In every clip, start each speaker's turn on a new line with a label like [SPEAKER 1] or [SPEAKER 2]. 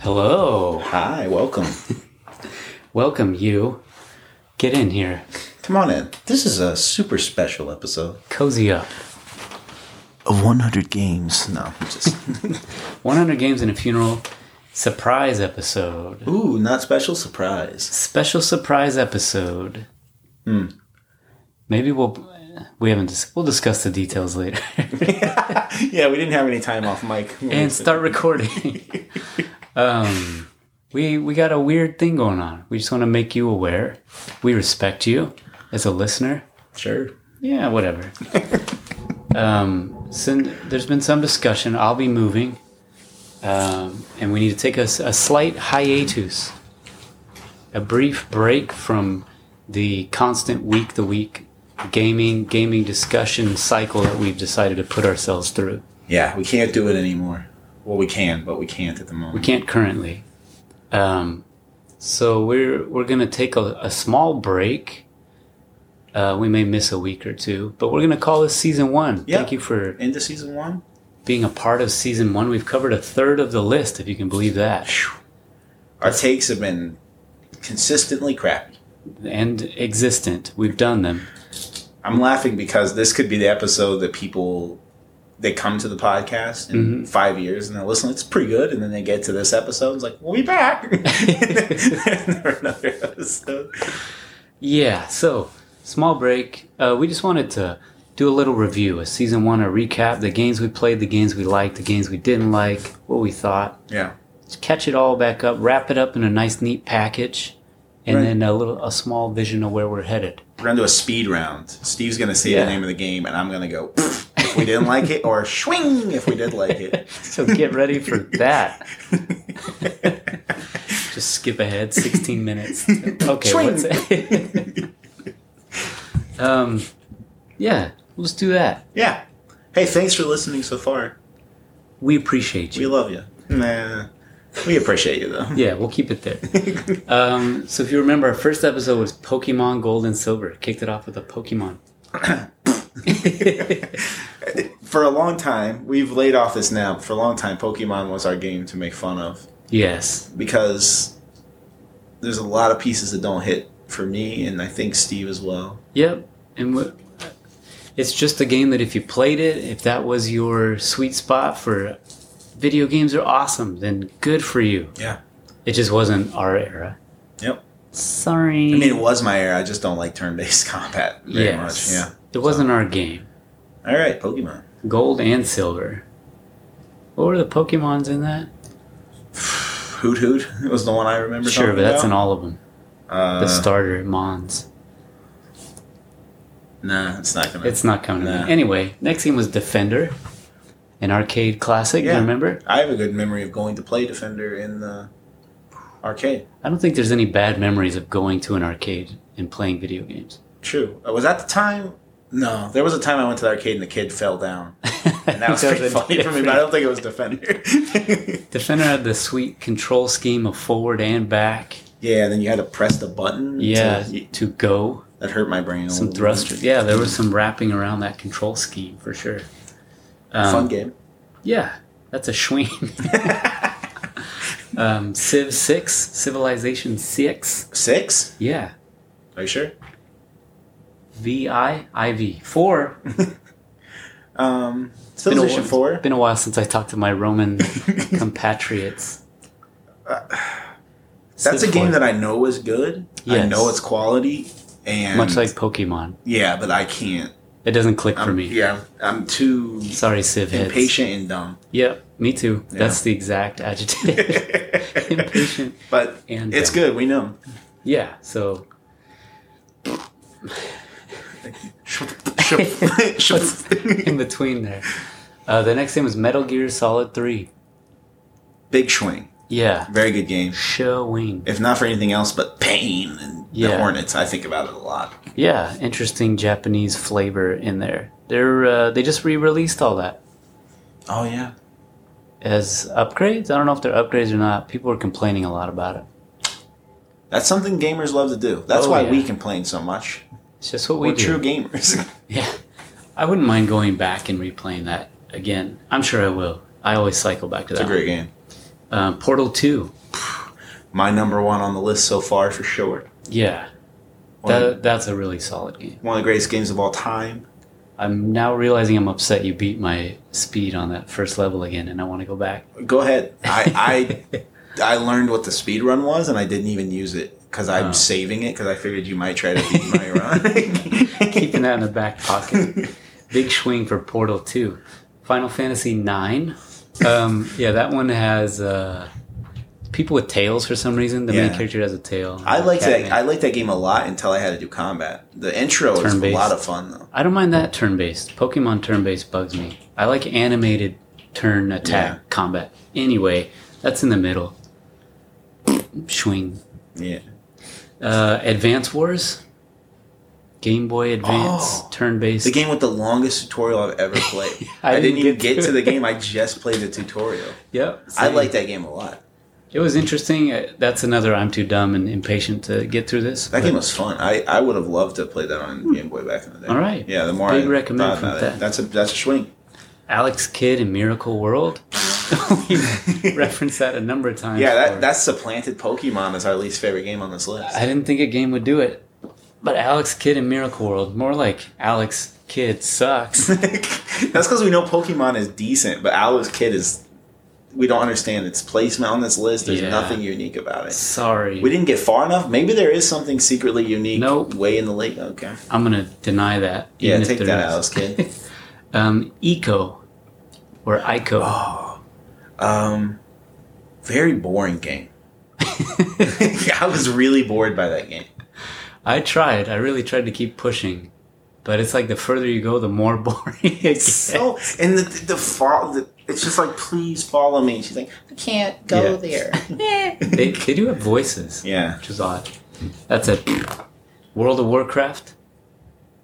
[SPEAKER 1] Hello.
[SPEAKER 2] Hi, welcome.
[SPEAKER 1] Welcome, you. Get in here.
[SPEAKER 2] Come on in. This is a super special episode
[SPEAKER 1] Cozy up.
[SPEAKER 2] of 100 Games. No, I'm just.
[SPEAKER 1] 100 Games and a Funeral surprise episode.
[SPEAKER 2] Ooh, not special surprise.
[SPEAKER 1] Special surprise episode. Hmm. Maybe we'll. We haven't. Dis- we'll discuss the details later
[SPEAKER 2] Yeah, we didn't have any time off mic.
[SPEAKER 1] and start recording. um, we we got a weird thing going on. We just want to make you aware. We respect you as a listener.
[SPEAKER 2] Sure.
[SPEAKER 1] Yeah, whatever. um, so there's been some discussion. I'll be moving, um, and we need to take a, s- a slight hiatus, a brief break from the constant week to week gaming gaming discussion cycle that we've decided to put ourselves through.
[SPEAKER 2] Yeah, we can't do it anymore. Well, we can, but we can't at the
[SPEAKER 1] We
[SPEAKER 2] moment.
[SPEAKER 1] can't currently. Um, so we're we're gonna take a, a small break. Uh, we may miss a week or two, but we're gonna call this season one.
[SPEAKER 2] Yeah.
[SPEAKER 1] Thank you for
[SPEAKER 2] Into season one?
[SPEAKER 1] being a part of season one. We've covered a third of the list, if you can believe that.
[SPEAKER 2] Our takes have been consistently crappy.
[SPEAKER 1] And existent. We've done them.
[SPEAKER 2] I'm laughing because this could be the episode that people. They come to the podcast in five years and they listen. It's pretty good, and then they get to this episode. It's like we'll be back. and then another episode.
[SPEAKER 1] Yeah, so small break. Uh, we just wanted to do a little review, a season one, a recap, the games we played, the games we liked, the games we didn't like, what we thought.
[SPEAKER 2] Yeah.
[SPEAKER 1] Just catch it all back up, wrap it up in a nice, neat package, and
[SPEAKER 2] Right.
[SPEAKER 1] then a little, a small vision of where we're headed.
[SPEAKER 2] We're gonna do a speed round. Steve's gonna say
[SPEAKER 1] Yeah.
[SPEAKER 2] the name of the game, and I'm gonna go "Pfft," if we didn't like it, or swing if we did like it.
[SPEAKER 1] So get ready for that. Just skip ahead 16 minutes. Okay. What's um, yeah, let's do that.
[SPEAKER 2] Yeah. Hey, thanks for listening so far.
[SPEAKER 1] We appreciate
[SPEAKER 2] We
[SPEAKER 1] you.
[SPEAKER 2] love you. Nah, we appreciate you though.
[SPEAKER 1] Yeah, we'll keep it there. Um, so if you remember, our first episode was Pokemon Gold and Silver. Kicked it off with a Pokemon.
[SPEAKER 2] For a long time, we've laid off this now. For a long time, Pokemon was our game to make fun of
[SPEAKER 1] Yes.
[SPEAKER 2] because there's a lot of pieces that don't hit for me, and I think Steve as well.
[SPEAKER 1] Yep. And what? It's just a game that if you played it, if that was your sweet spot for video games are awesome, then good for you.
[SPEAKER 2] Yeah.
[SPEAKER 1] It just wasn't our era.
[SPEAKER 2] Yep.
[SPEAKER 1] Sorry.
[SPEAKER 2] I mean, it was my era. I just don't like turn-based combat very
[SPEAKER 1] Yes.
[SPEAKER 2] much.
[SPEAKER 1] It wasn't our game.
[SPEAKER 2] Yeah. All right, Pokemon.
[SPEAKER 1] Gold and silver. What were the Pokemons in that?
[SPEAKER 2] Hoot Hoot was the one I remember.
[SPEAKER 1] Sure,
[SPEAKER 2] talking
[SPEAKER 1] but that's in
[SPEAKER 2] about.
[SPEAKER 1] all of them.
[SPEAKER 2] Uh,
[SPEAKER 1] The starter Mons.
[SPEAKER 2] nah, it's not gonna.
[SPEAKER 1] It's not coming to
[SPEAKER 2] Nah.
[SPEAKER 1] me. Anyway, next game was Defender, an arcade classic. Do
[SPEAKER 2] Yeah.
[SPEAKER 1] you remember?
[SPEAKER 2] I have a good memory of going to play Defender in the arcade.
[SPEAKER 1] I don't think there's any bad memories of going to an arcade and playing video games.
[SPEAKER 2] True. Uh, Was that the time? No, there was a time I went to the arcade and the kid fell down, and that was pretty funny for me. But I don't think it was Defender.
[SPEAKER 1] Defender had the sweet control scheme of forward and back.
[SPEAKER 2] yeah, and then you had to press the button. to-
[SPEAKER 1] Yeah, to go.
[SPEAKER 2] that hurt my brain. A
[SPEAKER 1] Some
[SPEAKER 2] little
[SPEAKER 1] thrusters.
[SPEAKER 2] bit.
[SPEAKER 1] Yeah, there was some wrapping around that control scheme for sure. Um,
[SPEAKER 2] Fun game.
[SPEAKER 1] Yeah, that's a schween. um, Civ 6, Civilization 6.
[SPEAKER 2] Six?
[SPEAKER 1] Yeah.
[SPEAKER 2] Are you sure?
[SPEAKER 1] V-I-I-V. 4.
[SPEAKER 2] Um,
[SPEAKER 1] Been a
[SPEAKER 2] Civilization
[SPEAKER 1] wh-
[SPEAKER 2] Four.
[SPEAKER 1] Been a while since I talked to my Roman compatriots.
[SPEAKER 2] That's a
[SPEAKER 1] Civ
[SPEAKER 2] game
[SPEAKER 1] four.
[SPEAKER 2] that I know is good. I
[SPEAKER 1] Yes.
[SPEAKER 2] know it's quality, and
[SPEAKER 1] Much like Pokemon.
[SPEAKER 2] yeah, but I can't.
[SPEAKER 1] It doesn't click for
[SPEAKER 2] I'm-
[SPEAKER 1] me.
[SPEAKER 2] Yeah, I'm too
[SPEAKER 1] Sorry, Civ heads.
[SPEAKER 2] impatient and dumb.
[SPEAKER 1] Yep, me too.
[SPEAKER 2] Yeah.
[SPEAKER 1] That's the exact adjective. impatient.
[SPEAKER 2] But
[SPEAKER 1] And
[SPEAKER 2] it's
[SPEAKER 1] dumb.
[SPEAKER 2] good. We know.
[SPEAKER 1] Yeah, so in between there. Uh, the next game was Metal Gear Solid 3.
[SPEAKER 2] Big Schwing.
[SPEAKER 1] Yeah.
[SPEAKER 2] Very good game.
[SPEAKER 1] Showing.
[SPEAKER 2] If not for anything else but pain and the
[SPEAKER 1] Yeah.
[SPEAKER 2] Hornets, I think about it a lot.
[SPEAKER 1] Yeah, interesting Japanese flavor in there. They're uh, they just re-released all that
[SPEAKER 2] Oh, yeah.
[SPEAKER 1] as upgrades. I don't know if they're upgrades or not. People are complaining a lot about it.
[SPEAKER 2] That's something gamers love to do. That's
[SPEAKER 1] Oh,
[SPEAKER 2] why
[SPEAKER 1] yeah.
[SPEAKER 2] we complain so much.
[SPEAKER 1] It's just what we
[SPEAKER 2] We're
[SPEAKER 1] do.
[SPEAKER 2] true gamers.
[SPEAKER 1] Yeah, I wouldn't mind going back and replaying that again. I'm sure I will. I always cycle back to
[SPEAKER 2] it's a
[SPEAKER 1] that.
[SPEAKER 2] great game.
[SPEAKER 1] Um, Portal 2.
[SPEAKER 2] My number one on the list so far for sure.
[SPEAKER 1] Yeah.
[SPEAKER 2] One,
[SPEAKER 1] That, that's a really solid game.
[SPEAKER 2] one of the greatest games of all time.
[SPEAKER 1] I'm now realizing I'm upset you beat my speed on that first level again, and I want to go back.
[SPEAKER 2] Go ahead. I I, I learned what the speed run was, and I didn't even use it because I'm
[SPEAKER 1] Oh.
[SPEAKER 2] saving it because I figured you might try to beat my run.
[SPEAKER 1] Keeping that in the back pocket. Big swing for Portal 2. Final Fantasy 9. Um, yeah, that one has uh, people with tails for some reason. The main
[SPEAKER 2] Yeah.
[SPEAKER 1] character has a tail.
[SPEAKER 2] I liked that.
[SPEAKER 1] Catman.
[SPEAKER 2] I liked that game a lot until I had to do combat. The intro is a
[SPEAKER 1] Turn-based.
[SPEAKER 2] lot of fun though.
[SPEAKER 1] I don't mind that turn based. Pokemon turn based bugs me. I like animated turn attack
[SPEAKER 2] Yeah.
[SPEAKER 1] combat. Anyway, that's in the middle. Swing.
[SPEAKER 2] Yeah.
[SPEAKER 1] Uh, Advance Wars. Game Boy Advance
[SPEAKER 2] Oh.
[SPEAKER 1] turn based.
[SPEAKER 2] The game with the longest tutorial I've ever played.
[SPEAKER 1] I
[SPEAKER 2] I,
[SPEAKER 1] didn't
[SPEAKER 2] didn't even
[SPEAKER 1] get
[SPEAKER 2] get
[SPEAKER 1] to
[SPEAKER 2] to the
[SPEAKER 1] it.
[SPEAKER 2] game. I just played the tutorial.
[SPEAKER 1] Yep.
[SPEAKER 2] I
[SPEAKER 1] same.
[SPEAKER 2] like that game a lot.
[SPEAKER 1] It was interesting. Uh, That's another I'm too dumb and impatient to get through this.
[SPEAKER 2] That
[SPEAKER 1] but-
[SPEAKER 2] game was fun. I, I would have loved to play that on Game Boy back in the day.
[SPEAKER 1] Hmm. All right.
[SPEAKER 2] Yeah, the more
[SPEAKER 1] Big
[SPEAKER 2] I
[SPEAKER 1] recommend
[SPEAKER 2] thought
[SPEAKER 1] from
[SPEAKER 2] about
[SPEAKER 1] that.
[SPEAKER 2] it, that's a that's a swing.
[SPEAKER 1] Alex Kidd in Miracle World. we referenced that a number of times.
[SPEAKER 2] Yeah,
[SPEAKER 1] for-
[SPEAKER 2] that that supplanted Pokemon as our least favorite game on this list.
[SPEAKER 1] I didn't think a game would do it. But Alex Kidd in Miracle World, more like Alex Kidd sucks.
[SPEAKER 2] that's because we know Pokemon is decent, but Alo's Kid is. We don't understand its placement on this list. There's
[SPEAKER 1] Yeah.
[SPEAKER 2] nothing unique about it.
[SPEAKER 1] Sorry.
[SPEAKER 2] We didn't get far enough. Maybe there is something secretly unique.
[SPEAKER 1] Nope.
[SPEAKER 2] Way in the lake. Okay.
[SPEAKER 1] I'm going to deny that.
[SPEAKER 2] Yeah,
[SPEAKER 1] even if
[SPEAKER 2] take
[SPEAKER 1] there
[SPEAKER 2] that,
[SPEAKER 1] is.
[SPEAKER 2] Alex Kidd.
[SPEAKER 1] Um, Eco or Ico.
[SPEAKER 2] Oh. Um, very boring game. I was really bored by that game.
[SPEAKER 1] I tried. I really tried to keep pushing. But it's like the further you go, the more boring it gets.
[SPEAKER 2] So and the the, fall, the it's just like please follow me. She's like I can't go there.
[SPEAKER 1] they, they do have voices,
[SPEAKER 2] yeah,
[SPEAKER 1] which is odd. That's it. World of Warcraft.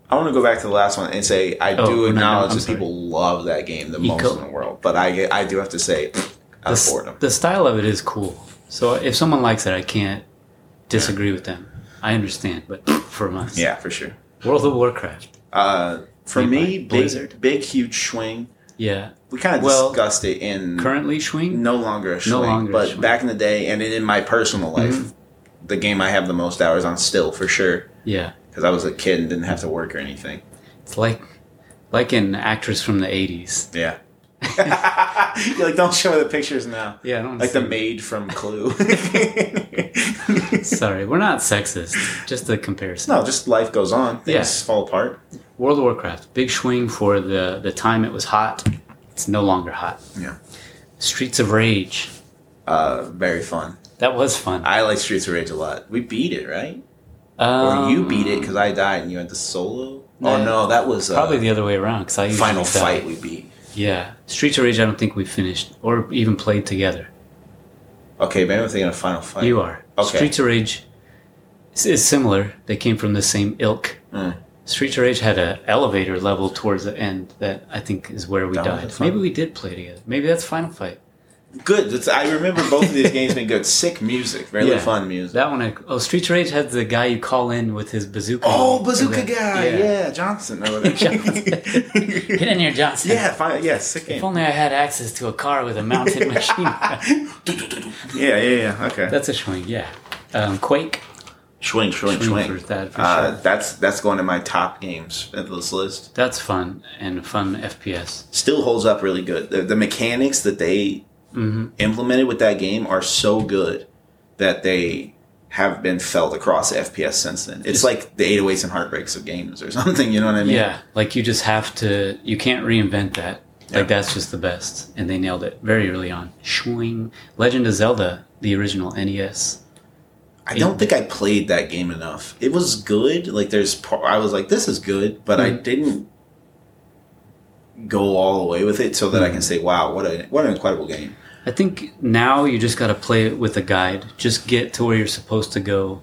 [SPEAKER 2] I want to go back to the last one and say I
[SPEAKER 1] Oh, no,
[SPEAKER 2] do
[SPEAKER 1] no,
[SPEAKER 2] acknowledge
[SPEAKER 1] I'm
[SPEAKER 2] that people love that game the
[SPEAKER 1] Eco.
[SPEAKER 2] most in the world, but I I do have to say
[SPEAKER 1] The,
[SPEAKER 2] out of
[SPEAKER 1] s-
[SPEAKER 2] boredom.
[SPEAKER 1] the style of it is cool. So if someone likes it, I can't disagree with them. I understand, but for us,
[SPEAKER 2] Yeah, for sure.
[SPEAKER 1] World of Warcraft.
[SPEAKER 2] Uh, for
[SPEAKER 1] Made by
[SPEAKER 2] me, big,
[SPEAKER 1] Blizzard.
[SPEAKER 2] big huge swing.
[SPEAKER 1] Yeah.
[SPEAKER 2] We kind of
[SPEAKER 1] Well,
[SPEAKER 2] discussed it in
[SPEAKER 1] Currently, Schwing.
[SPEAKER 2] no longer a swing,
[SPEAKER 1] longer a Mm-hmm.
[SPEAKER 2] but
[SPEAKER 1] swing.
[SPEAKER 2] back in the day and in my personal life, the game I have the most hours on still for sure
[SPEAKER 1] Yeah.
[SPEAKER 2] because I was a kid and didn't have to work or anything.
[SPEAKER 1] It's like like an actress from the '80s.
[SPEAKER 2] Yeah. You're like, don't show me the pictures now.
[SPEAKER 1] Yeah. I don't
[SPEAKER 2] Like the
[SPEAKER 1] see-
[SPEAKER 2] maid from Clue.
[SPEAKER 1] Sorry, we're not sexist. Just a comparison.
[SPEAKER 2] no, just life goes on. Things
[SPEAKER 1] Yeah.
[SPEAKER 2] fall apart.
[SPEAKER 1] World of Warcraft. Big swing for the the time it was hot. It's no longer hot.
[SPEAKER 2] Yeah.
[SPEAKER 1] Streets of Rage.
[SPEAKER 2] Uh, very fun.
[SPEAKER 1] That was fun.
[SPEAKER 2] I like Streets of Rage a lot. We beat it, right?
[SPEAKER 1] Um,
[SPEAKER 2] or you beat it because I died and you had the solo.
[SPEAKER 1] Yeah.
[SPEAKER 2] Oh no, that was uh,
[SPEAKER 1] Probably the other way around because I usually
[SPEAKER 2] final
[SPEAKER 1] die.
[SPEAKER 2] fight we beat.
[SPEAKER 1] Yeah, Streets of Rage. I don't think we finished or even played together.
[SPEAKER 2] Okay, maybe I'm thinking of final fight.
[SPEAKER 1] You are.
[SPEAKER 2] Okay.
[SPEAKER 1] Streets of Rage is- is similar. They came from the same ilk.
[SPEAKER 2] Mm.
[SPEAKER 1] Streets of Rage had an elevator level towards the end that I think is where we
[SPEAKER 2] That was
[SPEAKER 1] died.
[SPEAKER 2] fun.
[SPEAKER 1] Maybe we did play together. Maybe that's Final Fight.
[SPEAKER 2] Good. That's- I remember both of these games being good. Sick music, really
[SPEAKER 1] Yeah.
[SPEAKER 2] fun music.
[SPEAKER 1] That one. I, oh, Streets of Rage had the guy you call in with his bazooka.
[SPEAKER 2] oh, bazooka
[SPEAKER 1] And then-
[SPEAKER 2] guy. Yeah, Johnson over there.
[SPEAKER 1] Johnson. Get in here, Johnson.
[SPEAKER 2] yeah, fine. Yeah, sick
[SPEAKER 1] If
[SPEAKER 2] game.
[SPEAKER 1] only I had access to a car with a mounted machine gun.
[SPEAKER 2] Yeah, yeah, yeah. Okay.
[SPEAKER 1] That's a swing, yeah. Um, Quake.
[SPEAKER 2] Swing, swing,
[SPEAKER 1] Swing
[SPEAKER 2] swing.
[SPEAKER 1] for that, for
[SPEAKER 2] uh,
[SPEAKER 1] sure.
[SPEAKER 2] That's that's going to my top games of this list.
[SPEAKER 1] That's fun and a fun FPS.
[SPEAKER 2] Still holds up really good. The, the mechanics that they
[SPEAKER 1] Mm-hmm.
[SPEAKER 2] implemented with that game are so good that they have been felt across FPS since then. It's like the 808s and heartbreaks of games or something. You know what I mean?
[SPEAKER 1] Yeah, like you just have to. You can't reinvent that.
[SPEAKER 2] Yeah.
[SPEAKER 1] Like that's just the best, and they nailed it very early on. Swing. Legend of Zelda, the original E NES.
[SPEAKER 2] I don't think I played that game enough. It was good. Like there's, par- I was like, this is good, but
[SPEAKER 1] Hmm.
[SPEAKER 2] I didn't go all the way with it so that I
[SPEAKER 1] Hmm.
[SPEAKER 2] can say, wow, what a what an incredible game.
[SPEAKER 1] I think now you just got to play it with a guide. Just get to where you're supposed to go,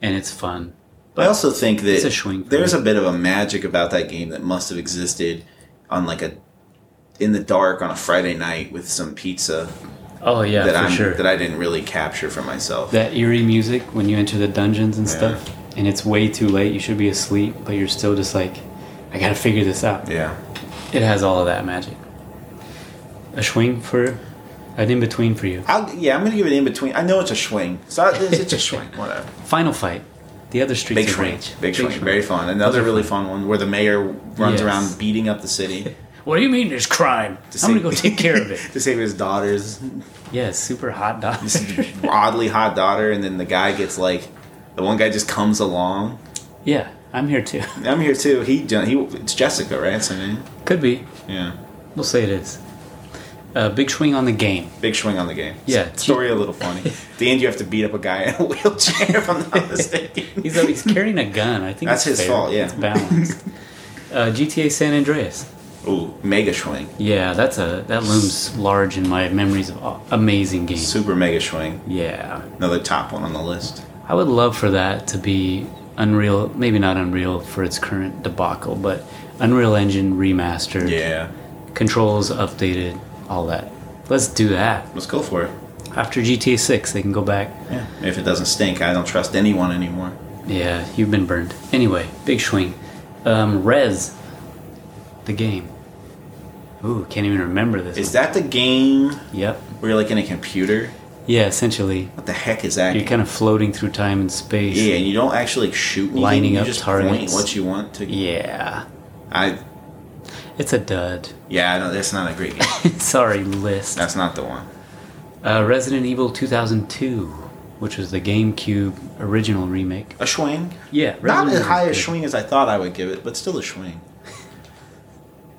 [SPEAKER 1] and it's fun.
[SPEAKER 2] I also think that
[SPEAKER 1] a swing for
[SPEAKER 2] there's a bit of a magic about that game that must have existed on like a in the dark on a Friday night with some pizza
[SPEAKER 1] Oh yeah,
[SPEAKER 2] that
[SPEAKER 1] for
[SPEAKER 2] I'm
[SPEAKER 1] sure.
[SPEAKER 2] that I didn't really capture for myself.
[SPEAKER 1] that eerie music when you enter the dungeons and stuff, and it's way too late. You should be asleep, but you're still just like, I gotta figure this out.
[SPEAKER 2] yeah.
[SPEAKER 1] It has all of that magic. A swing for An in between for you.
[SPEAKER 2] I'll, yeah, I'm gonna give it in between. I know it's a swing. So I- it's, it's a swing. Whatever.
[SPEAKER 1] Final fight. The other streets.
[SPEAKER 2] Big
[SPEAKER 1] of
[SPEAKER 2] swing.
[SPEAKER 1] Rage.
[SPEAKER 2] Big swing. Very fun. Another really fun one where the mayor
[SPEAKER 1] Yes.
[SPEAKER 2] runs around beating up the city.
[SPEAKER 1] What do you mean there's crime? I'm gonna go take care of it.
[SPEAKER 2] to save his daughters.
[SPEAKER 1] Yeah, super hot dog.
[SPEAKER 2] Oddly hot daughter, and then the guy gets like, the one guy just comes along.
[SPEAKER 1] yeah, I'm here too.
[SPEAKER 2] I'm here too. He he. It's Jessica, right? So, I mean,
[SPEAKER 1] Could be.
[SPEAKER 2] yeah.
[SPEAKER 1] We'll say it is. Uh, big swing on the game.
[SPEAKER 2] Big swing on the game.
[SPEAKER 1] Yeah.
[SPEAKER 2] Story a little funny. At the end, you have to beat up a guy in a wheelchair, if I'm not mistaken.
[SPEAKER 1] He's, he's carrying a gun. I think
[SPEAKER 2] That's
[SPEAKER 1] it's fair.
[SPEAKER 2] his fault, yeah.
[SPEAKER 1] it's balanced. uh, GTA San Andreas.
[SPEAKER 2] Ooh, mega swing.
[SPEAKER 1] Yeah, that's a that looms large in my memories of all- amazing games.
[SPEAKER 2] Super mega swing.
[SPEAKER 1] Yeah,
[SPEAKER 2] Another top one on the list.
[SPEAKER 1] I would love for that to be Unreal. Maybe not Unreal for its current debacle, but Unreal Engine remastered.
[SPEAKER 2] Yeah.
[SPEAKER 1] controls updated, all that. Let's do that.
[SPEAKER 2] Let's go for it.
[SPEAKER 1] After GTA 6, they can go back.
[SPEAKER 2] Yeah. If it doesn't stink, I don't trust anyone anymore.
[SPEAKER 1] Yeah, you've been burned. Anyway, big swing. Um, Rez, the game. Ooh, can't even remember this.
[SPEAKER 2] Is that the game
[SPEAKER 1] one. Yep.
[SPEAKER 2] where you're like in a computer?
[SPEAKER 1] Yeah, essentially,
[SPEAKER 2] What the heck is that?
[SPEAKER 1] you're kind of floating through time and space.
[SPEAKER 2] yeah, and you don't actually shoot anything.
[SPEAKER 1] Lining
[SPEAKER 2] you
[SPEAKER 1] up
[SPEAKER 2] just point
[SPEAKER 1] targets.
[SPEAKER 2] what you want to.
[SPEAKER 1] Yeah.
[SPEAKER 2] I
[SPEAKER 1] It's a dud.
[SPEAKER 2] yeah, I know that's not a great game.
[SPEAKER 1] Sorry, list.
[SPEAKER 2] that's not the one.
[SPEAKER 1] Uh, Resident Evil 2002, which was the GameCube original remake.
[SPEAKER 2] A swing.
[SPEAKER 1] Yeah,
[SPEAKER 2] Not
[SPEAKER 1] Resident
[SPEAKER 2] as
[SPEAKER 1] Evil's
[SPEAKER 2] high a
[SPEAKER 1] good.
[SPEAKER 2] swing as I thought I would give it, but still a swing.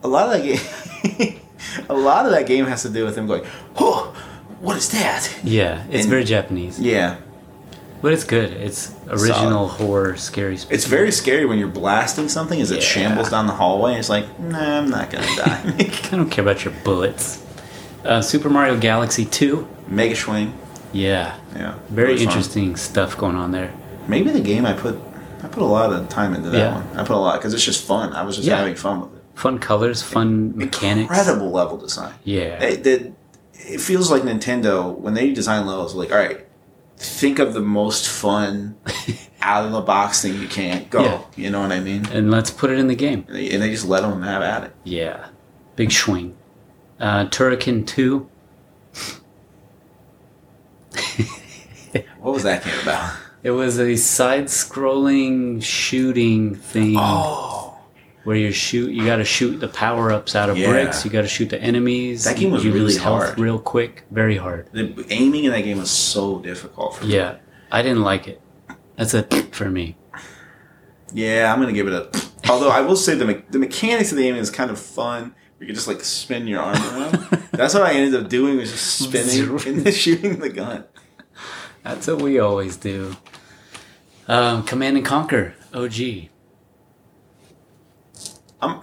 [SPEAKER 2] A lot of that game, a lot of that game has to do with him going, "Oh, what is that?"
[SPEAKER 1] Yeah, it's
[SPEAKER 2] And-
[SPEAKER 1] very Japanese.
[SPEAKER 2] Yeah,
[SPEAKER 1] But it's good. It's original horror, scary. Sp-
[SPEAKER 2] it's very scary when you're blasting something. Is it
[SPEAKER 1] Yeah.
[SPEAKER 2] shambles down the hallway? And it's like, nah, I'm not gonna die.
[SPEAKER 1] I don't care about your bullets. Uh, Super Mario Galaxy 2.
[SPEAKER 2] Mega swing.
[SPEAKER 1] Yeah.
[SPEAKER 2] Yeah,
[SPEAKER 1] Very
[SPEAKER 2] really fun.
[SPEAKER 1] interesting stuff going on there.
[SPEAKER 2] Maybe the game I put, I put a lot of time into that
[SPEAKER 1] Yeah.
[SPEAKER 2] one. I put a lot because it's just fun. I was just
[SPEAKER 1] Yeah.
[SPEAKER 2] having fun with it.
[SPEAKER 1] Fun colors, fun mechanics.
[SPEAKER 2] Incredible level design.
[SPEAKER 1] Yeah.
[SPEAKER 2] They, they- it feels like Nintendo when they design levels. Like, all right, think of the most fun out of the box thing you can. Go.
[SPEAKER 1] Yeah.
[SPEAKER 2] You know what I mean?
[SPEAKER 1] And let's put it in the game.
[SPEAKER 2] And they, and they just let them have at it.
[SPEAKER 1] Yeah. Big swing. Uh, Turrican 2.
[SPEAKER 2] What was that game about?
[SPEAKER 1] It was a side-scrolling shooting thing
[SPEAKER 2] Oh,
[SPEAKER 1] where you shoot. You got to shoot the power-ups out of
[SPEAKER 2] Yeah.
[SPEAKER 1] bricks. You got to shoot the enemies.
[SPEAKER 2] That game was
[SPEAKER 1] you
[SPEAKER 2] really
[SPEAKER 1] lose health
[SPEAKER 2] hard.
[SPEAKER 1] real quick. Very hard.
[SPEAKER 2] the aiming in that game was so difficult for me.
[SPEAKER 1] Yeah, I didn't like it. That's a for me.
[SPEAKER 2] Yeah, I'm gonna give it a. Although I will say the me- the mechanics of the game is kind of fun. You can just like spin your arm around. That's what I ended up doing was just spinning and then shooting the gun.
[SPEAKER 1] That's what we always do. Um, Command and Conquer, OG.
[SPEAKER 2] I'm, I'm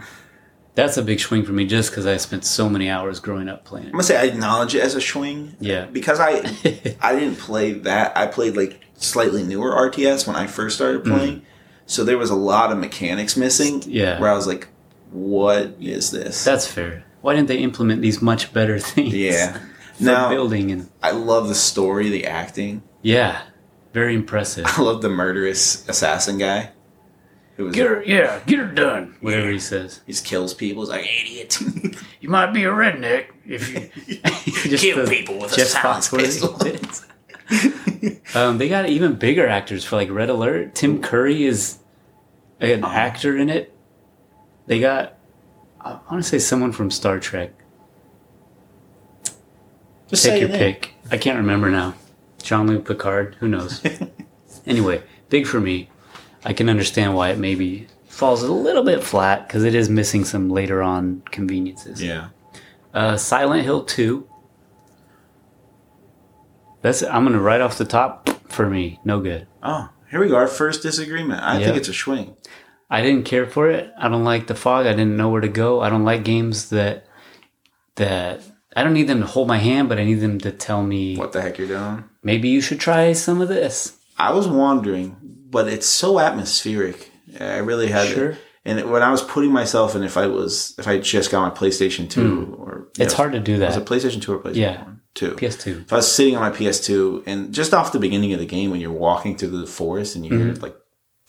[SPEAKER 1] That's a big swing for me, just because I spent so many hours growing up playing
[SPEAKER 2] gonna say I acknowledge it as a swing.
[SPEAKER 1] Yeah.
[SPEAKER 2] Because I
[SPEAKER 1] it.
[SPEAKER 2] I didn't play that. I played like slightly newer RTS when I first started
[SPEAKER 1] Hmm.
[SPEAKER 2] playing. So there was a lot of mechanics missing.
[SPEAKER 1] Yeah.
[SPEAKER 2] Where I was like, what is this?
[SPEAKER 1] That's fair. Why didn't they implement these much better things?
[SPEAKER 2] yeah.
[SPEAKER 1] for
[SPEAKER 2] Now
[SPEAKER 1] building and
[SPEAKER 2] I love the story, the acting.
[SPEAKER 1] yeah, very impressive.
[SPEAKER 2] I love the murderous assassin guy. Who was
[SPEAKER 1] her, yeah, get her done. Whatever he says.
[SPEAKER 2] He just kills people. He's like, idiot.
[SPEAKER 1] You might be a redneck if you
[SPEAKER 2] Kill people with a silenced pistol.
[SPEAKER 1] um, they got even bigger actors for like Red Alert. Tim Curry is an
[SPEAKER 2] Oh.
[SPEAKER 1] actor in it. They got, I want to say someone from Star Trek.
[SPEAKER 2] just
[SPEAKER 1] Take your pick. I can't remember now. John Luke Picard. Who knows? anyway, big for me. I can understand why it maybe falls a little bit flat because it is missing some later on conveniences.
[SPEAKER 2] Yeah.
[SPEAKER 1] Uh, Silent Hill 2. That's I'm gonna right off the top for me. No good.
[SPEAKER 2] Oh, here we go. Our first disagreement. I
[SPEAKER 1] Yeah.
[SPEAKER 2] think it's a swing.
[SPEAKER 1] I didn't care for it. I don't like the fog. I didn't know where to go. I don't like games that that I don't need them to hold my hand, but I need them to tell me
[SPEAKER 2] What the heck you're doing?
[SPEAKER 1] maybe you should try some of this.
[SPEAKER 2] I was wandering, but it's so atmospheric. I really had
[SPEAKER 1] Sure.
[SPEAKER 2] it. And it- when I was putting myself in, if I was, if I just got my PlayStation Two or
[SPEAKER 1] Hmm. It's hard to do
[SPEAKER 2] Was
[SPEAKER 1] that.
[SPEAKER 2] it PlayStation Two or PlayStation
[SPEAKER 1] Yeah.
[SPEAKER 2] One? Two?
[SPEAKER 1] PS2.
[SPEAKER 2] if I was sitting on my PS2 and just off the beginning of the game when you're walking through the forest and you hear like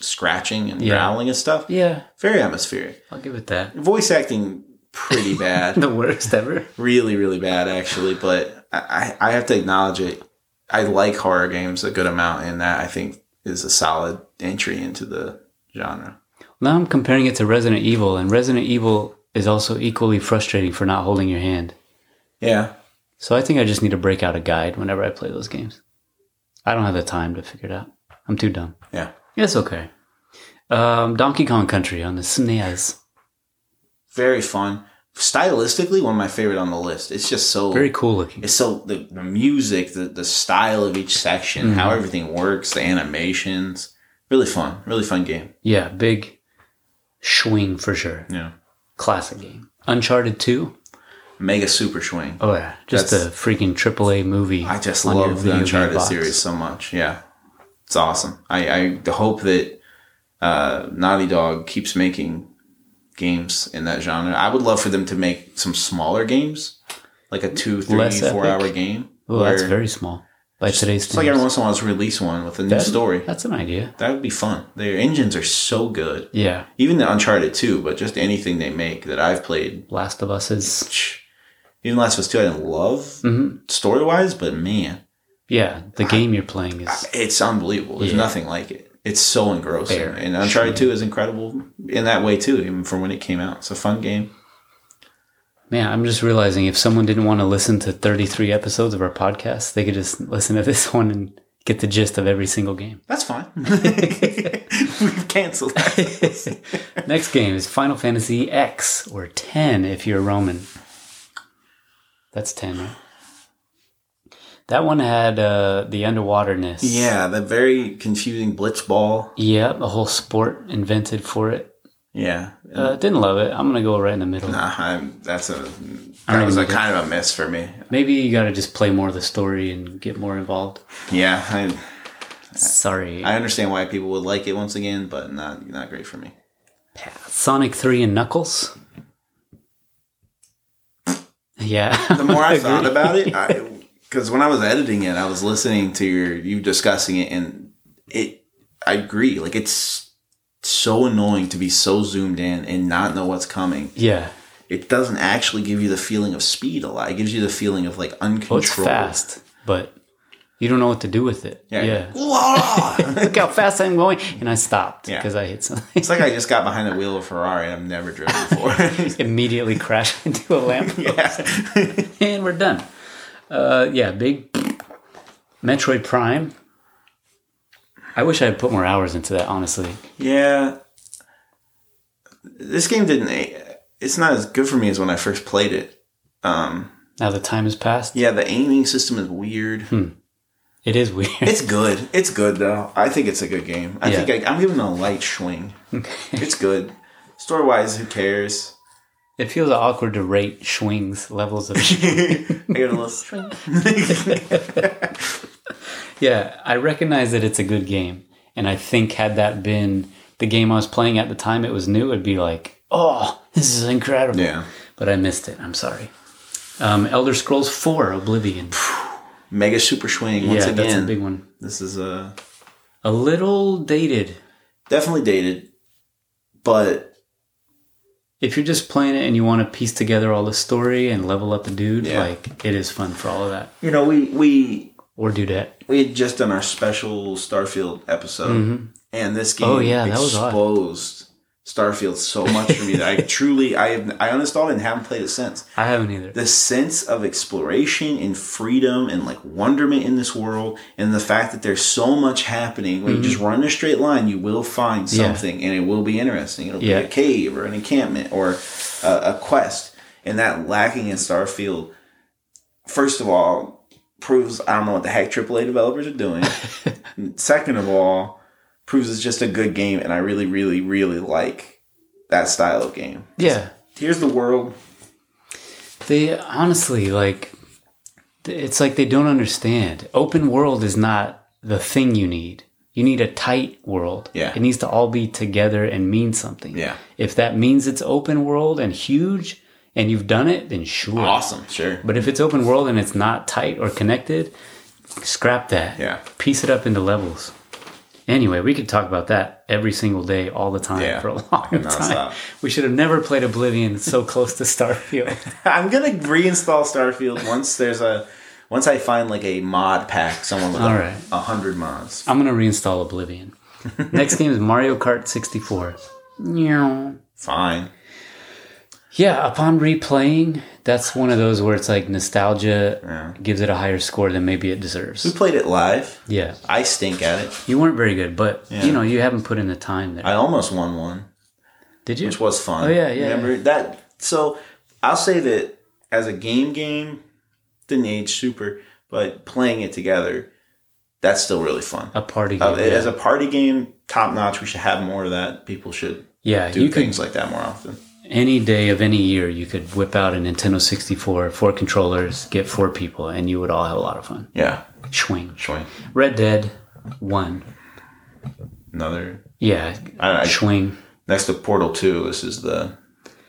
[SPEAKER 2] scratching and
[SPEAKER 1] Mm-hmm. Yeah.
[SPEAKER 2] growling and stuff,
[SPEAKER 1] Yeah,
[SPEAKER 2] very atmospheric.
[SPEAKER 1] I'll give it that.
[SPEAKER 2] Voice acting pretty bad,
[SPEAKER 1] The worst ever.
[SPEAKER 2] really really bad actually, but I, I have to acknowledge it. I like horror games a good amount, and that I think is a solid entry into the genre.
[SPEAKER 1] Now I'm comparing it to Resident Evil, and Resident Evil is also equally frustrating for not holding your hand.
[SPEAKER 2] Yeah,
[SPEAKER 1] So I think I just need to break out a guide whenever I play those games. I don't have the time to figure it out. I'm too dumb.
[SPEAKER 2] yeah.
[SPEAKER 1] It's okay. Um, Donkey Kong Country on the E SNES.
[SPEAKER 2] Very fun. Stylistically, one of my favorite on the list. It's just so
[SPEAKER 1] Very cool looking.
[SPEAKER 2] It's so the, the music, the, the style of each section, how everything works, the animations. Really fun. Really fun game.
[SPEAKER 1] Yeah, big swing for sure.
[SPEAKER 2] Yeah.
[SPEAKER 1] Classic game. Uncharted 2.
[SPEAKER 2] Mega Super Swing.
[SPEAKER 1] Oh yeah, just
[SPEAKER 2] That's-
[SPEAKER 1] a freaking AAA movie.
[SPEAKER 2] I just
[SPEAKER 1] on your
[SPEAKER 2] love
[SPEAKER 1] video
[SPEAKER 2] the
[SPEAKER 1] game
[SPEAKER 2] Uncharted
[SPEAKER 1] box.
[SPEAKER 2] series so much. Yeah. It's awesome. I, I hope that uh, Naughty Dog keeps making games in that genre. I would love for them to make some smaller games, like a two, three,
[SPEAKER 1] Less
[SPEAKER 2] four
[SPEAKER 1] epic.
[SPEAKER 2] hour game.
[SPEAKER 1] Well, that's
[SPEAKER 2] where
[SPEAKER 1] very small by today's
[SPEAKER 2] it's like every
[SPEAKER 1] standards.
[SPEAKER 2] once in a while, just release one with a new
[SPEAKER 1] That-
[SPEAKER 2] story.
[SPEAKER 1] That's an idea.
[SPEAKER 2] That would be fun. Their engines are so good.
[SPEAKER 1] Yeah,
[SPEAKER 2] even the Uncharted 2, but just anything they make that I've played.
[SPEAKER 1] Last of Us is.
[SPEAKER 2] psh, Even Last of Us 2, I didn't love
[SPEAKER 1] Mhm.
[SPEAKER 2] story wise, but man,
[SPEAKER 1] Yeah, the game you're playing is.
[SPEAKER 2] it's unbelievable. There's
[SPEAKER 1] Yeah.
[SPEAKER 2] nothing like it. It's so engrossing.
[SPEAKER 1] Fair.
[SPEAKER 2] And Uncharted 2 is incredible in that way, too, even from when it came out. It's a fun game.
[SPEAKER 1] Man, I'm just realizing if someone didn't want to listen to 33 episodes of our podcast, they could just listen to this one and get the gist of every single game.
[SPEAKER 2] That's fine. We've canceled that.
[SPEAKER 1] Next game is Final Fantasy X or 10 if you're Roman. That's 10, right? That one had uh, the underwaterness.
[SPEAKER 2] yeah, the very confusing blitzball.
[SPEAKER 1] Yeah, the whole sport invented for it.
[SPEAKER 2] Yeah.
[SPEAKER 1] Uh, didn't love it. I'm gonna go right in the middle.
[SPEAKER 2] Nah, I'm, that's a that was a kind of a miss for me.
[SPEAKER 1] Maybe you gotta just play more of the story and get more involved.
[SPEAKER 2] Yeah, I,
[SPEAKER 1] Sorry.
[SPEAKER 2] I understand why people would like it once again, but not not great for me.
[SPEAKER 1] Sonic 3 and Knuckles. Yeah.
[SPEAKER 2] The more I thought about it, because when I was editing it, I was listening to your you discussing it, and it. I agree. Like it's so annoying to be so zoomed in and not know what's coming.
[SPEAKER 1] yeah.
[SPEAKER 2] It doesn't actually give you the feeling of speed a lot. It gives you the feeling of like
[SPEAKER 1] Well, it's
[SPEAKER 2] uncontrolled.
[SPEAKER 1] fast, but you don't know what to do with it. Yeah.
[SPEAKER 2] Yeah. Wah!
[SPEAKER 1] Look how fast I'm going. And I stopped
[SPEAKER 2] Yeah.
[SPEAKER 1] because I hit something.
[SPEAKER 2] it's like I just got behind the wheel of a Ferrari and I've never driven before.
[SPEAKER 1] Immediately crashed into a lamp.
[SPEAKER 2] yeah.
[SPEAKER 1] and we're done. Uh, yeah, big Metroid Prime. I wish I had put more hours into that, honestly.
[SPEAKER 2] Yeah. This game didn't. It's not as good for me as when I first played it. Um,
[SPEAKER 1] Now the time has passed.
[SPEAKER 2] yeah, the aiming system is weird.
[SPEAKER 1] It is weird.
[SPEAKER 2] It's good. It's good though. I think it's a good game. I
[SPEAKER 1] Yeah.
[SPEAKER 2] think I, I'm giving it a light swing. it's good. Story wise, who cares?
[SPEAKER 1] It feels awkward to rate swings levels of.
[SPEAKER 2] I give it a little swing.
[SPEAKER 1] yeah, I recognize that it's a good game, and I think had that been the game I was playing at the time, it was new. It'd be like, oh, this is incredible.
[SPEAKER 2] Yeah.
[SPEAKER 1] But I missed it. I'm sorry. Um, Elder Scrolls Four: Oblivion.
[SPEAKER 2] Mega super swing once
[SPEAKER 1] yeah,
[SPEAKER 2] again.
[SPEAKER 1] that's a big one.
[SPEAKER 2] This is uh,
[SPEAKER 1] A little dated.
[SPEAKER 2] definitely dated, but
[SPEAKER 1] if you're just playing it and you want to piece together all the story and level up the dude,
[SPEAKER 2] Yeah.
[SPEAKER 1] like it is fun for all of that.
[SPEAKER 2] you know we we
[SPEAKER 1] Or dudette.
[SPEAKER 2] we had just done our special Starfield episode, and this game
[SPEAKER 1] Mm-hmm. Oh, yeah, that was odd.
[SPEAKER 2] exposed Starfield so much for me that I truly, I have, I honestly and haven't played it since.
[SPEAKER 1] I haven't either.
[SPEAKER 2] The sense of exploration and freedom and like wonderment in this world, and the fact that there's so much happening. When you just run a straight line, you will find
[SPEAKER 1] Mm-hmm. Yeah.
[SPEAKER 2] something, and it will be interesting. It'll
[SPEAKER 1] Yeah.
[SPEAKER 2] be a cave or an encampment or a, a quest, and that lacking in Starfield. First of all, proves I don't know what the heck AAA developers are doing. Second of all, proves it's just a good game, and I really, really, really like that style of game.
[SPEAKER 1] yeah.
[SPEAKER 2] Here's the world.
[SPEAKER 1] They honestly like th- it's like they don't understand. Open world is not the thing you need. You need a tight world.
[SPEAKER 2] Yeah.
[SPEAKER 1] It needs to all be together and mean something.
[SPEAKER 2] Yeah.
[SPEAKER 1] If that means it's open world and huge and you've done it, then sure.
[SPEAKER 2] Awesome, sure.
[SPEAKER 1] But if it's open world and it's not tight or connected, scrap that.
[SPEAKER 2] Yeah.
[SPEAKER 1] Piece it up into levels. Anyway, we could talk about that every single day, all the time,
[SPEAKER 2] Yeah.
[SPEAKER 1] for a long time.
[SPEAKER 2] nonstop.
[SPEAKER 1] We should have never played Oblivion so close to Starfield.
[SPEAKER 2] I'm gonna reinstall Starfield once there's a Once I find like a mod pack, someone with
[SPEAKER 1] All
[SPEAKER 2] a,
[SPEAKER 1] right.
[SPEAKER 2] a hundred mods.
[SPEAKER 1] I'm gonna reinstall Oblivion. Next game is Mario Kart 64. Meow.
[SPEAKER 2] Fine.
[SPEAKER 1] Yeah, upon replaying, that's one of those where it's like nostalgia
[SPEAKER 2] Yeah. Mm-hmm.
[SPEAKER 1] gives it a higher score than maybe it
[SPEAKER 2] We
[SPEAKER 1] deserves.
[SPEAKER 2] played it live.
[SPEAKER 1] Yeah,
[SPEAKER 2] I stink at it.
[SPEAKER 1] you weren't very good, but
[SPEAKER 2] Yeah.
[SPEAKER 1] you know you haven't put in the time there.
[SPEAKER 2] I almost won one.
[SPEAKER 1] Did you?
[SPEAKER 2] which was fun.
[SPEAKER 1] Oh, yeah, yeah,
[SPEAKER 2] Remember that? So I'll say that as a game game, didn't age super, but playing it together, that's still really fun.
[SPEAKER 1] a party game.
[SPEAKER 2] Uh,
[SPEAKER 1] yeah,
[SPEAKER 2] As a party game, top notch. We should have more of that. People should
[SPEAKER 1] yeah
[SPEAKER 2] do
[SPEAKER 1] you could
[SPEAKER 2] things like that more often.
[SPEAKER 1] any day of any year you could whip out a Nintendo 64, four controllers, get four people, and you would all have a lot of fun.
[SPEAKER 2] Yeah,
[SPEAKER 1] Swing.
[SPEAKER 2] Schwing.
[SPEAKER 1] Red Dead One.
[SPEAKER 2] Another
[SPEAKER 1] Yeah,
[SPEAKER 2] I don't know.
[SPEAKER 1] swing.
[SPEAKER 2] next to Portal Two. This is the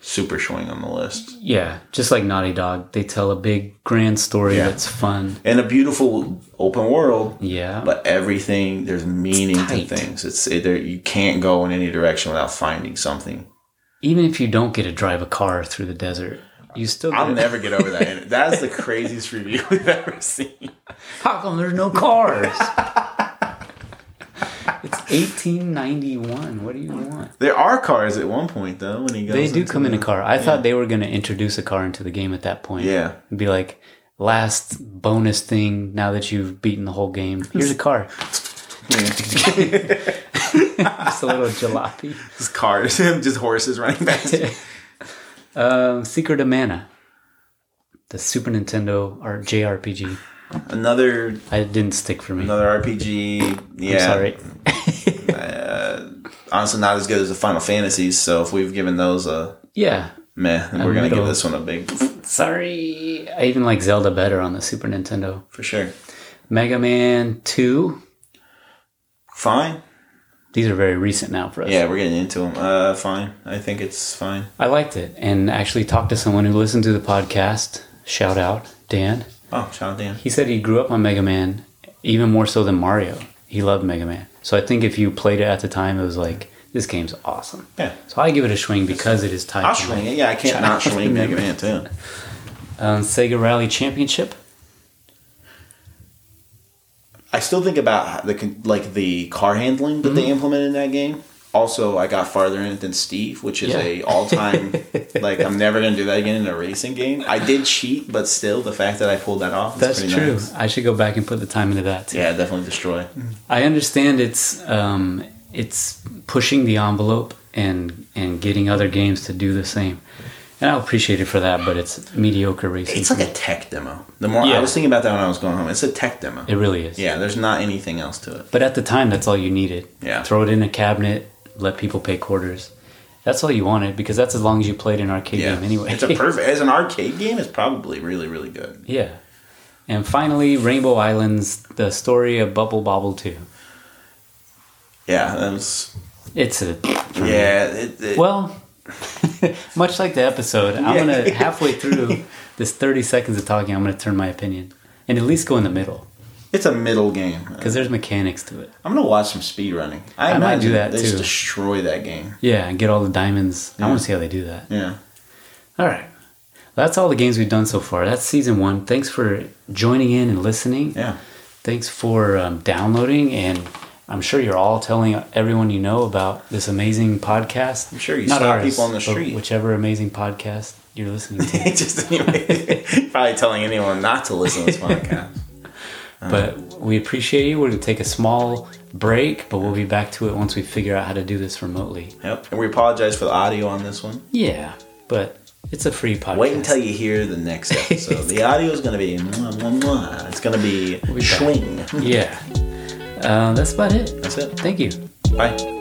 [SPEAKER 2] super Schwing on the list,
[SPEAKER 1] Yeah, just like Naughty Dog, they tell a big grand story
[SPEAKER 2] Yeah.
[SPEAKER 1] that's fun.
[SPEAKER 2] and a beautiful open world.
[SPEAKER 1] Yeah,
[SPEAKER 2] But everything there's meaning to
[SPEAKER 1] tight.
[SPEAKER 2] things. It's it, there, you can't go in any direction without finding something.
[SPEAKER 1] even if you don't get to drive a car through the desert, you still. Get
[SPEAKER 2] I'll
[SPEAKER 1] it.
[SPEAKER 2] never get over that. That is the craziest review we've ever seen.
[SPEAKER 1] How come there's no cars? it's 1891. What do you want?
[SPEAKER 2] There are cars at one point though when he goes.
[SPEAKER 1] They do
[SPEAKER 2] into
[SPEAKER 1] come in
[SPEAKER 2] the-
[SPEAKER 1] a car. I thought they were going to introduce a car into the game at that point.
[SPEAKER 2] Yeah.
[SPEAKER 1] It'd be like last bonus thing. Now that you've beaten the whole game, here's a car. Just a little jalopy.
[SPEAKER 2] Just cars, just horses running past. you.
[SPEAKER 1] Um, Secret of Mana, the Super Nintendo or JRPG.
[SPEAKER 2] another
[SPEAKER 1] I it didn't stick for me.
[SPEAKER 2] another RPG. Yeah,
[SPEAKER 1] Sorry.
[SPEAKER 2] honestly, not as good as the Final Fantasies. So if we've given those a
[SPEAKER 1] Yeah.
[SPEAKER 2] meh, then we're gonna give
[SPEAKER 1] middle.
[SPEAKER 2] this one a big
[SPEAKER 1] Sorry. I even like Zelda better on the Super Nintendo.
[SPEAKER 2] for sure.
[SPEAKER 1] Mega Man 2.
[SPEAKER 2] Fine.
[SPEAKER 1] These are very recent now for us.
[SPEAKER 2] Yeah, we're getting into them. Uh, fine. I think it's fine.
[SPEAKER 1] I liked it and actually talked to someone who listened to the podcast. Shout out, Dan.
[SPEAKER 2] Oh, shout out Dan.
[SPEAKER 1] He said he grew up on Mega Man even more so than Mario. He loved Mega Man. So I think if you played it at the time, it was like, this game's awesome.
[SPEAKER 2] Yeah.
[SPEAKER 1] So I give it a swing because it is tied
[SPEAKER 2] I'll
[SPEAKER 1] to
[SPEAKER 2] swing it. Yeah, I can't not swing Mega Man too.
[SPEAKER 1] um, Sega Rally Championship.
[SPEAKER 2] I still think about the con- like the car handling that
[SPEAKER 1] Mm-hmm.
[SPEAKER 2] they implemented in that game. Also, I got farther in it than Steve, which is
[SPEAKER 1] Yeah.
[SPEAKER 2] a all time like I'm never gonna do that again in a racing game. I did cheat, but still, the fact that I pulled that off is
[SPEAKER 1] That's
[SPEAKER 2] pretty
[SPEAKER 1] true. Mm-hmm.
[SPEAKER 2] nice.
[SPEAKER 1] I should go back and put the time into that too.
[SPEAKER 2] Yeah, definitely destroy.
[SPEAKER 1] I understand it's um, it's pushing the envelope and and getting other games to do the same, and I appreciate it for that. But it's mediocre racing.
[SPEAKER 2] It's like a tech demo. The more I
[SPEAKER 1] Yeah.
[SPEAKER 2] was thinking about that when I was going home, it's a tech demo.
[SPEAKER 1] it really is.
[SPEAKER 2] Yeah, there's not anything else to it.
[SPEAKER 1] But at the time, that's all you needed.
[SPEAKER 2] Yeah.
[SPEAKER 1] Throw it in a cabinet. Let people pay quarters. That's all you wanted because that's as long as you played an arcade
[SPEAKER 2] Yeah,
[SPEAKER 1] game anyway.
[SPEAKER 2] it's a perfect as an arcade game. It's probably really really good.
[SPEAKER 1] yeah. And finally, Rainbow Islands: The Story of Bubble Bobble Two.
[SPEAKER 2] Yeah, that was.
[SPEAKER 1] It's a
[SPEAKER 2] Yeah, it, it,
[SPEAKER 1] Well, much like the episode, I'm
[SPEAKER 2] Yeah.
[SPEAKER 1] gonna halfway through this 30 seconds of talking, I'm gonna turn my opinion and at least go in the middle
[SPEAKER 2] it's a middle game.
[SPEAKER 1] because there's mechanics to it.
[SPEAKER 2] I'm gonna watch some speed running. I,
[SPEAKER 1] I might
[SPEAKER 2] imagine
[SPEAKER 1] do that,
[SPEAKER 2] they just
[SPEAKER 1] too.
[SPEAKER 2] destroy that game.
[SPEAKER 1] Yeah, and get all the diamonds. I want
[SPEAKER 2] Yeah.
[SPEAKER 1] to see how they do that.
[SPEAKER 2] Yeah.
[SPEAKER 1] All right, that's all the games we've done so far. That's season one. Thanks for joining in and listening.
[SPEAKER 2] Yeah.
[SPEAKER 1] Thanks for um, downloading and. I'm sure you're all telling everyone you know about this amazing podcast. I'm
[SPEAKER 2] sure you stop people on the street.
[SPEAKER 1] Whichever amazing podcast you're listening to.
[SPEAKER 2] just anyway, probably telling anyone not to listen to this podcast.
[SPEAKER 1] Uh-huh. But we appreciate you. We're going to take a small break, but we'll be back to it once we figure out how to do this remotely.
[SPEAKER 2] Yep. And we apologize for the audio on this one.
[SPEAKER 1] Yeah, but it's a free podcast.
[SPEAKER 2] Wait until you hear the next episode. the audio is gonna be mwah, mwah, mwah. it's gonna be
[SPEAKER 1] back.
[SPEAKER 2] swing.
[SPEAKER 1] Yeah. Uh, that's about it.
[SPEAKER 2] That's it.
[SPEAKER 1] Thank you.
[SPEAKER 2] Bye.